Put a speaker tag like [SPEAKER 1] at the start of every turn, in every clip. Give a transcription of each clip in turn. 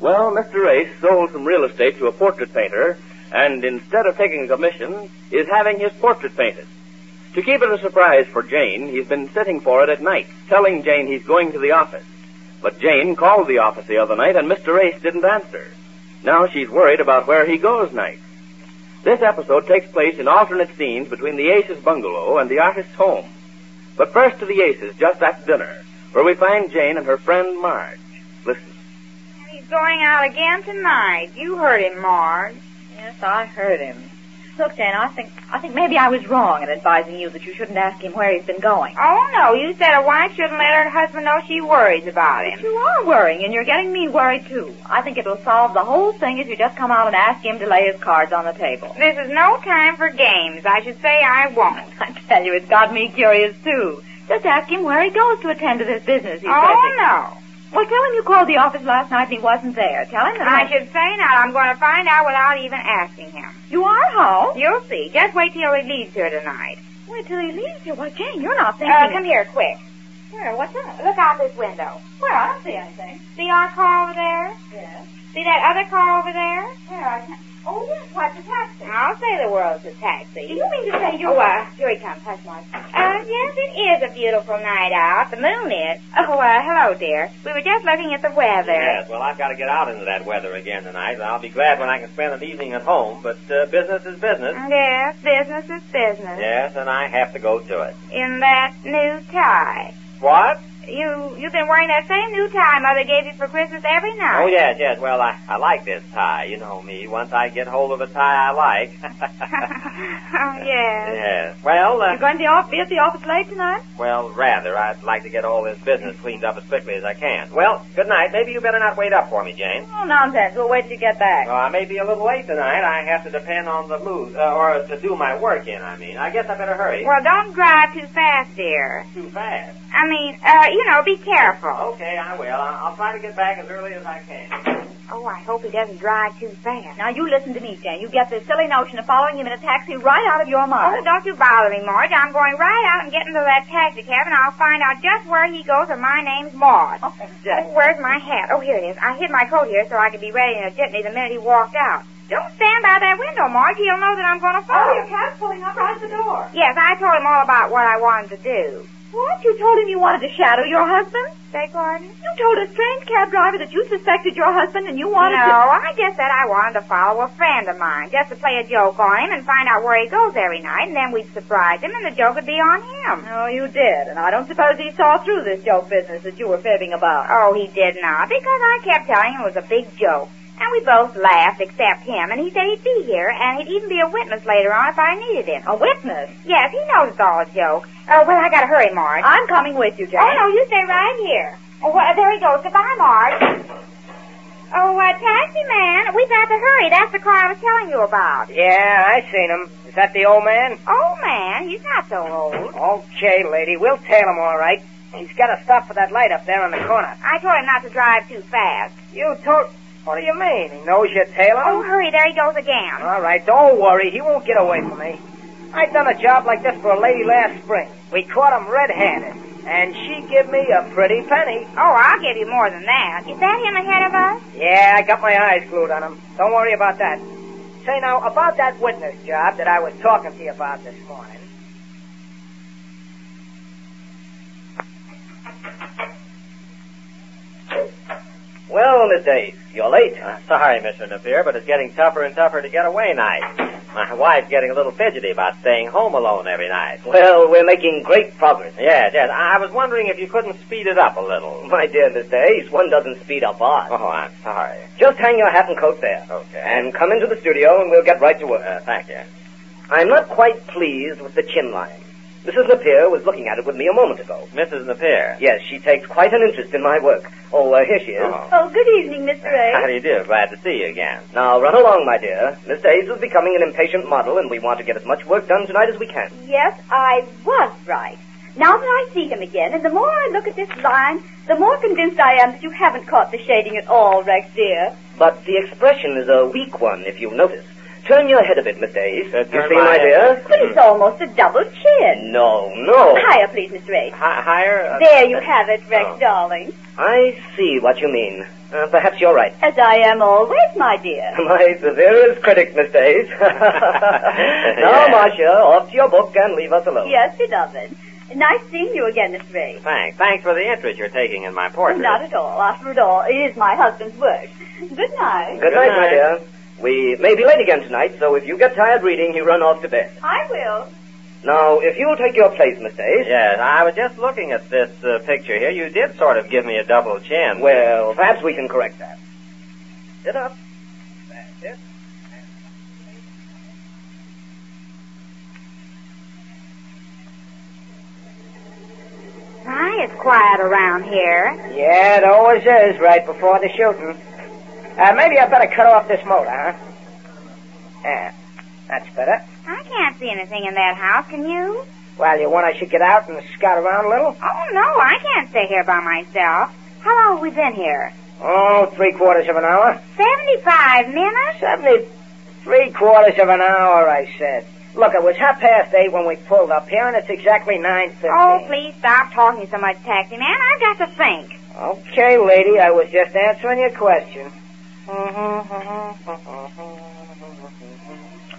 [SPEAKER 1] Well, Mr. Race sold some real estate to a portrait painter, and instead of taking a commission, is having his portrait painted. To keep it a surprise for Jane, he's been sitting for it at night, telling Jane he's going to the office. But Jane called the office the other night, and Mr. Race didn't answer. Now she's worried about where he goes nights. This episode takes place in alternate scenes between the Aces bungalow and the artist's home. But first to the Aces, just after dinner, where we find Jane and her friend Marge. Listen.
[SPEAKER 2] He's going out again tonight. You heard him, Marge.
[SPEAKER 3] Yes, I heard him. Look, Dan, I think I think maybe I was wrong in advising you that you shouldn't ask him where he's been going.
[SPEAKER 2] Oh, no. You said a wife shouldn't let her husband know she worries about
[SPEAKER 3] But
[SPEAKER 2] him.
[SPEAKER 3] you are worrying, and you're getting me worried too. I think it'll solve the whole thing if you just come out and ask him to lay his cards on the table.
[SPEAKER 2] This is no time for games. I should say I won't.
[SPEAKER 3] I tell you, it's got me curious too. Just ask him where he goes to attend to this business. He's
[SPEAKER 2] Oh,
[SPEAKER 3] busy.
[SPEAKER 2] no.
[SPEAKER 3] Well, tell him you called the office last night and he wasn't there. Tell him that
[SPEAKER 2] I should say not. I'm going to find out without even asking him.
[SPEAKER 3] You are how?
[SPEAKER 2] You'll see. Just wait till he leaves here tonight.
[SPEAKER 3] Wait till he leaves here. Why, Jane, you're not thinking.
[SPEAKER 2] Uh, come here, quick.
[SPEAKER 3] Where? What's up?
[SPEAKER 2] Look out this window.
[SPEAKER 3] Where? I don't see anything.
[SPEAKER 2] See our car over there?
[SPEAKER 3] Yes.
[SPEAKER 2] See that other car over there?
[SPEAKER 3] Where? I can't. Oh, yes. What's a taxi?
[SPEAKER 2] I'll say the world's a taxi.
[SPEAKER 3] Do you mean to say you're?
[SPEAKER 2] Oh, uh, here he comes. Hush, Marge. Uh, yes, it is a beautiful night out. The moon is. Oh, uh, hello, dear. We were just looking at the weather.
[SPEAKER 4] Yes, well, I've got to get out into that weather again tonight, and I'll be glad when I can spend an evening at home, but uh, business is business.
[SPEAKER 3] Uh-huh.
[SPEAKER 2] Yes, business is business.
[SPEAKER 4] Yes, and I have to go to it.
[SPEAKER 2] In that new tie.
[SPEAKER 4] What?
[SPEAKER 2] You, you've been wearing that same new tie Mother gave you for Christmas every night.
[SPEAKER 4] Oh, yes, yes. Well, I, I like this tie. You know me. Once I get hold of a tie I like.
[SPEAKER 2] oh, yes.
[SPEAKER 4] Yes. Well,
[SPEAKER 3] You're
[SPEAKER 4] uh,
[SPEAKER 3] going to the off- be at the office late tonight?
[SPEAKER 4] well, rather, I'd like to get all this business cleaned up as quickly as I can. Well, good night. Maybe you better not wait up for me, Jane.
[SPEAKER 3] Oh, nonsense. We'll wait till you get back.
[SPEAKER 4] Well, I may be a little late tonight. I have to depend on the mood, uh, or to do my work in, I mean. I guess I better hurry.
[SPEAKER 2] Well, don't drive too fast, dear.
[SPEAKER 4] Too fast. Oh,
[SPEAKER 2] I mean, uh, you know, be careful.
[SPEAKER 4] Okay, I will. I'll, I'll try to get back as early as I can.
[SPEAKER 2] Oh, I hope he doesn't drive too fast.
[SPEAKER 3] Now you listen to me, Jane. You get this silly notion of following him in a taxi right out of your mind.
[SPEAKER 2] Oh, don't you bother me, Marge. I'm going right out and get into that taxi cab, and I'll find out just where he goes, and my name's Maud.
[SPEAKER 3] Oh,
[SPEAKER 2] Oh, where's my hat? Oh, here it is. I hid my coat here so I could be ready in a jitney the minute he walked out. Don't stand by that window, Marge. He'll know that I'm going to follow him.
[SPEAKER 3] cat's pulling up right at the door.
[SPEAKER 2] Yes, I told him all about what I wanted to do.
[SPEAKER 3] What? You told him you wanted to shadow your husband?
[SPEAKER 2] Beg pardon?
[SPEAKER 3] You told a strange cab driver that you suspected your husband and you wanted
[SPEAKER 2] no,
[SPEAKER 3] to...
[SPEAKER 2] I just said I wanted to follow a friend of mine, just to play a joke on him and find out where he goes every night, and then we'd surprise him, and the joke would be on him.
[SPEAKER 3] No, you did. And I don't suppose he saw through this joke business that you were fibbing about.
[SPEAKER 2] Oh, he did not, because I kept telling him it was a big joke. And we both laughed except him, and he said he'd be here, and he'd even be a witness later on if I needed him.
[SPEAKER 3] A witness?
[SPEAKER 2] Yes, he knows it's all a joke. Oh, well, I gotta hurry, Marge.
[SPEAKER 3] I'm coming with you, Jane.
[SPEAKER 2] oh, no, you stay right here. Oh, well, there he goes. Goodbye, Marge. Oh, uh, taxi man, we've got to hurry. That's the car I was telling you about.
[SPEAKER 5] Yeah, I seen him. Is that the old man?
[SPEAKER 2] Oh, man, he's not so old.
[SPEAKER 5] Okay, lady, we'll tail him all right. He's got to stop for that light up there on the corner.
[SPEAKER 2] I told him not to drive too fast.
[SPEAKER 5] You told... What do you mean? He knows you're tailing
[SPEAKER 2] Oh,
[SPEAKER 5] him?
[SPEAKER 2] hurry, there he goes again.
[SPEAKER 5] All right, don't worry. He won't get away from me. I done a job like this for a lady last spring. We caught him red-handed, and she give me a pretty penny.
[SPEAKER 2] Oh, I'll give you more than that. Is that him ahead of us?
[SPEAKER 5] Yeah, I got my eyes glued on him. Don't worry about that. Say now, about that witness job that I was talking to you about this morning.
[SPEAKER 4] Well, the days. You're late. sorry, Mr. Napier, but it's getting tougher and tougher to get away nights. My wife's getting a little fidgety about staying home alone every night.
[SPEAKER 6] Well, we're making great progress. eh?
[SPEAKER 4] Yes, yes. I I was wondering if you couldn't speed it up a little.
[SPEAKER 6] My dear Mr. Ace, one doesn't speed up art.
[SPEAKER 4] Oh, I'm sorry.
[SPEAKER 6] Just hang your hat and coat there.
[SPEAKER 4] Okay.
[SPEAKER 6] And come into the studio and we'll get right to work.
[SPEAKER 4] Uh, thank you.
[SPEAKER 6] I'm not quite pleased with the chin line. Mrs. Napier was looking at it with me a moment ago.
[SPEAKER 4] Mrs. Napier.
[SPEAKER 6] Yes, she takes quite an interest in my work. Oh, uh, here she is.
[SPEAKER 4] Oh.
[SPEAKER 3] Oh, good evening, Mr.
[SPEAKER 4] How
[SPEAKER 3] A.
[SPEAKER 4] do you do? Glad to see you again.
[SPEAKER 6] Now, run along, my dear. Mr. Ace is becoming an impatient model, and we want to get as much work done tonight as we can.
[SPEAKER 3] Yes, I was right. Now that I see him again, and the more I look at this line, the more convinced I am that you haven't caught the shading at all, Rex, dear.
[SPEAKER 6] But the expression is a weak one, if you notice. Turn your head a bit, Miss Days.
[SPEAKER 4] Uh,
[SPEAKER 6] you
[SPEAKER 4] turn
[SPEAKER 6] see
[SPEAKER 4] my
[SPEAKER 6] my
[SPEAKER 4] head. Mm-hmm.
[SPEAKER 6] dear?
[SPEAKER 3] But it's almost a double chin.
[SPEAKER 6] No, no.
[SPEAKER 3] Higher, please, Mr. H.
[SPEAKER 4] Hi- higher? Uh,
[SPEAKER 3] There you have it, Rex,
[SPEAKER 6] Oh.
[SPEAKER 3] darling.
[SPEAKER 6] I see what you mean. Uh, perhaps you're right.
[SPEAKER 3] As I am always, my dear.
[SPEAKER 6] My severest critic, Miss Days. now,
[SPEAKER 4] Yeah.
[SPEAKER 6] Marcia, off to your book and leave us alone.
[SPEAKER 3] Yes, beloved. Nice seeing you again, Mr. H.
[SPEAKER 4] Thanks. Thanks for the interest you're taking in my
[SPEAKER 3] Oh,
[SPEAKER 4] portrait.
[SPEAKER 3] Not at all. After all, it is my husband's work. Good night.
[SPEAKER 6] Good night, my
[SPEAKER 4] night.
[SPEAKER 6] dear. We may be late again tonight, so if you get tired reading, you run off to bed.
[SPEAKER 3] I will.
[SPEAKER 6] Now, if you'll take your place, Miss Days.
[SPEAKER 4] Yes, I was just looking at this uh, picture here. You did sort of give me a double chin.
[SPEAKER 6] Well, perhaps we can correct that. Sit up. That's it.
[SPEAKER 2] My, it's quiet around here.
[SPEAKER 5] Yeah, it always is right before the shooting. Uh, maybe I better cut off this motor, huh? Yeah, that's better.
[SPEAKER 2] I can't see anything in that house, can you?
[SPEAKER 5] Well, you want I should get out and scout around a little?
[SPEAKER 2] Oh, no, I can't stay here by myself. How long have we been here?
[SPEAKER 5] Oh, three quarters of an hour.
[SPEAKER 2] 75 minutes?
[SPEAKER 5] Seventy three quarters of an hour, I said. Look, it was half past eight when we pulled up here, and it's exactly nine fifteen.
[SPEAKER 2] Oh, please stop talking so much, taxi man. I've got to think.
[SPEAKER 5] Okay, lady, I was just answering your question.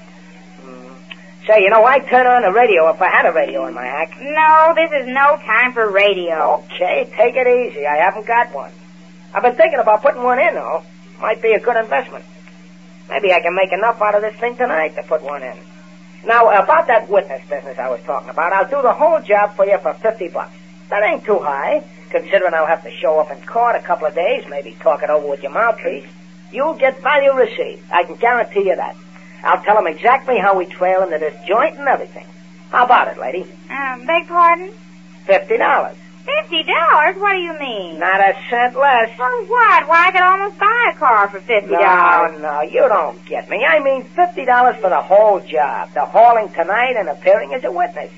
[SPEAKER 5] Say, you know, I'd turn on the radio if I had a radio in my hack.
[SPEAKER 2] No, this is no time for radio.
[SPEAKER 5] Okay, take it easy. I haven't got one. I've been thinking about putting one in, though. Might be a good investment. Maybe I can make enough out of this thing tonight to put one in. Now, about that witness business I was talking about, I'll do the whole job for you for 50 bucks. That ain't too high, considering I'll have to show up in court a couple of days, maybe talk it over with your mouthpiece. You'll get value received. I can guarantee you that. I'll tell 'em exactly how we trail into this joint and everything. How about it, lady?
[SPEAKER 2] Uh, beg pardon?
[SPEAKER 5] Fifty dollars.
[SPEAKER 2] Fifty dollars? What do you mean?
[SPEAKER 5] Not a cent less.
[SPEAKER 2] For what? Why, I could almost buy a car for fifty dollars.
[SPEAKER 5] No, no, you don't get me. I mean fifty dollars for the whole job. The hauling tonight and appearing as a witness.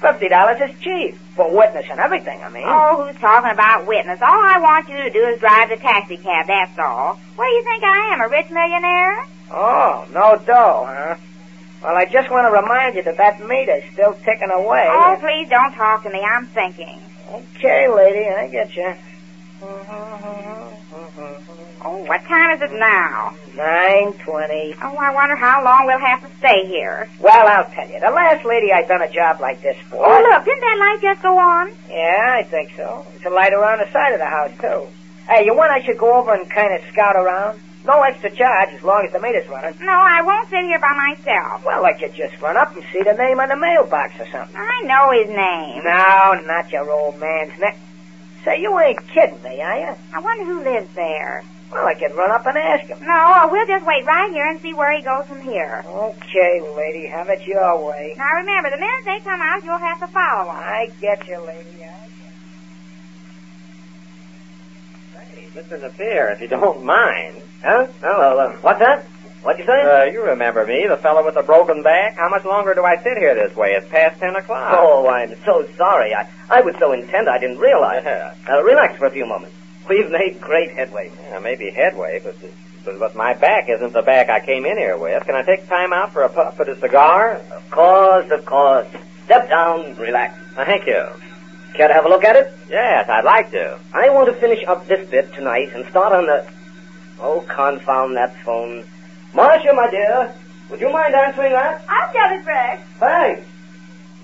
[SPEAKER 5] Fifty dollars is cheap. For witness and everything, I mean.
[SPEAKER 2] Oh, who's talking about witness? All I want you to do is drive the taxi cab, that's all. What do you think I am, a rich millionaire?
[SPEAKER 5] Oh, no dough, huh? Well, I just want to remind you that that meter's still ticking away.
[SPEAKER 2] Oh, please don't talk to me. I'm thinking.
[SPEAKER 5] Okay, lady, I get you.
[SPEAKER 2] Oh, what time is it now?
[SPEAKER 5] Nine twenty.
[SPEAKER 2] Oh, I wonder how long we'll have to stay here.
[SPEAKER 5] Well, I'll tell you. The last lady I done a job like this for.
[SPEAKER 2] Oh, look, didn't that light just go on?
[SPEAKER 5] Yeah, I think so. It's a light around the side of the house, too. Hey, you want I should go over and kind of scout around? No extra charge as long as the meter's running.
[SPEAKER 2] No, I won't sit here by myself.
[SPEAKER 5] Well, I could just run up and see the name on the mailbox or something.
[SPEAKER 2] I know his name.
[SPEAKER 5] No, not your old man's neck. Say, you ain't kidding me, are you?
[SPEAKER 2] I wonder who lives there.
[SPEAKER 5] Well, I could run up and ask him.
[SPEAKER 2] No, oh, we'll just wait right here and see where he goes from here.
[SPEAKER 5] Okay, lady, have it your way.
[SPEAKER 2] Now remember, the minute they come out, you'll have to follow them.
[SPEAKER 5] I get you, lady. I-
[SPEAKER 4] Hey, Mr. Napier, if you don't mind.
[SPEAKER 6] Huh? Oh,
[SPEAKER 4] um,
[SPEAKER 6] uh, what's that? What'd you say?
[SPEAKER 4] Uh, you remember me, the fellow with the broken back? How much longer do I sit here this way? It's past ten o'clock.
[SPEAKER 6] oh, I'm so sorry. I, I was so intent I didn't realize.
[SPEAKER 4] Yeah.
[SPEAKER 6] Uh, relax for a few moments. We've made great headway.
[SPEAKER 4] Yeah, maybe headway, but, but but my back isn't the back I came in here with. Can I take time out for a puff at a cigar?
[SPEAKER 6] Of course, of course. Step down, relax.
[SPEAKER 4] Thank you.
[SPEAKER 6] Care to have a look at it?
[SPEAKER 4] Yes, I'd like to.
[SPEAKER 6] I want to finish up this bit tonight and start on the. Oh, confound that phone. Marcia, my dear, would you mind answering that?
[SPEAKER 3] I've got it, Rex.
[SPEAKER 6] Thanks.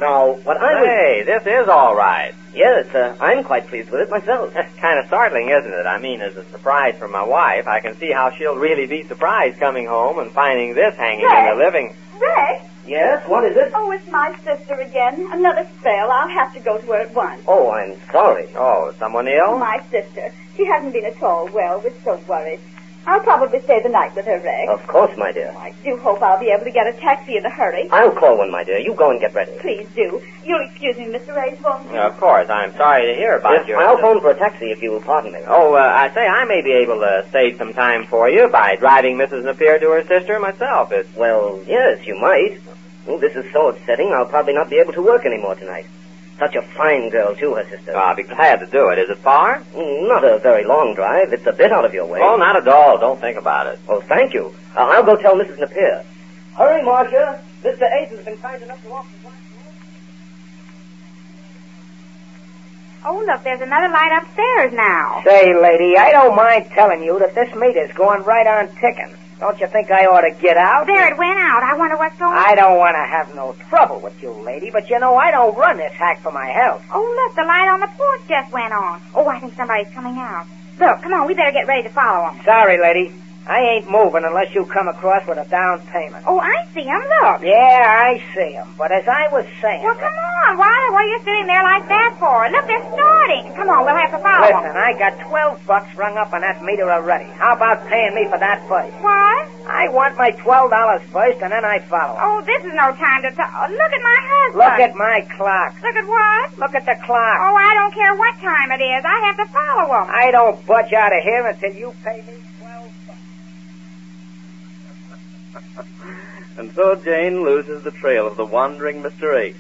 [SPEAKER 6] Now, what I was.
[SPEAKER 4] Hey, this is all right.
[SPEAKER 6] Yes, uh, I'm quite pleased with it myself.
[SPEAKER 4] kind of startling, isn't it? I mean, as a surprise for my wife, I can see how she'll really be surprised coming home and finding this hanging in the living.
[SPEAKER 3] Rex?
[SPEAKER 6] yes, what is it?
[SPEAKER 3] Oh, it's my sister again. Another spell. I'll have to go to her at once.
[SPEAKER 6] Oh, I'm sorry.
[SPEAKER 4] Oh, is someone ill?
[SPEAKER 3] My sister. She hasn't been at all well. We're so worried. I'll probably stay the night with her, Rex.
[SPEAKER 6] Of course, my dear.
[SPEAKER 3] I do hope I'll be able to get a taxi in a hurry.
[SPEAKER 6] I'll call one, my dear. You go and get ready.
[SPEAKER 3] Please do. You'll excuse me, Mr. Ray's won't you?
[SPEAKER 4] Of course, I'm sorry to hear about
[SPEAKER 6] Yes,
[SPEAKER 4] your.
[SPEAKER 6] I'll phone for a taxi if you will pardon me.
[SPEAKER 4] Oh, uh, I say I may be able to save some time for you by driving Mrs. Napier to her sister myself. It's
[SPEAKER 6] Well, yes, you might. Oh, this is so upsetting, I'll probably not be able to work anymore tonight. Such a fine girl, too, her sister.
[SPEAKER 4] uh, I'll be glad to do it. Is it far?
[SPEAKER 6] Mm, Not a very long drive. It's a bit out of your way.
[SPEAKER 4] Oh, not at all. Don't think about it.
[SPEAKER 6] Oh, thank you. Uh, I'll go tell Mrs. Napier. Hurry, Marcia. Mr. Ace has been kind enough to offer.
[SPEAKER 2] Oh, look, there's another light upstairs now.
[SPEAKER 5] Say, lady, I don't mind telling you that this meter's going right on ticking. Don't you think I ought to get out?
[SPEAKER 2] There, it went out. I wonder what's going on.
[SPEAKER 5] I don't want to have no trouble with you, lady, but you know I don't run this hack for my health.
[SPEAKER 2] Oh, look, the light on the porch just went on. Oh, I think somebody's coming out. Look, come on, we better get ready to follow them.
[SPEAKER 5] Sorry, lady. I ain't moving unless you come across with a down payment.
[SPEAKER 2] Oh, I see them. Look.
[SPEAKER 5] Yeah, I see 'em, But as I was saying...
[SPEAKER 2] Well, come on. Why, what are you sitting there like that for? Look, they're starting. Come on, we'll have to follow them.
[SPEAKER 5] Listen, I got 12 bucks rung up on that meter already. How about paying me for that first?
[SPEAKER 2] What?
[SPEAKER 5] I want my $12 first, and then I follow. 'em.
[SPEAKER 2] Oh, this is no time to talk. Oh, look at my husband.
[SPEAKER 5] Look at my clock.
[SPEAKER 2] Look at what?
[SPEAKER 5] Look at the clock.
[SPEAKER 2] Oh, I don't care what time it is. I have to follow them.
[SPEAKER 5] I don't budge out of here until you pay me 12
[SPEAKER 1] And so Jane loses the trail of the wandering Mr. Ace.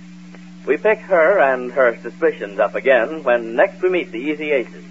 [SPEAKER 1] We pick her and her suspicions up again when next we meet the Easy Aces.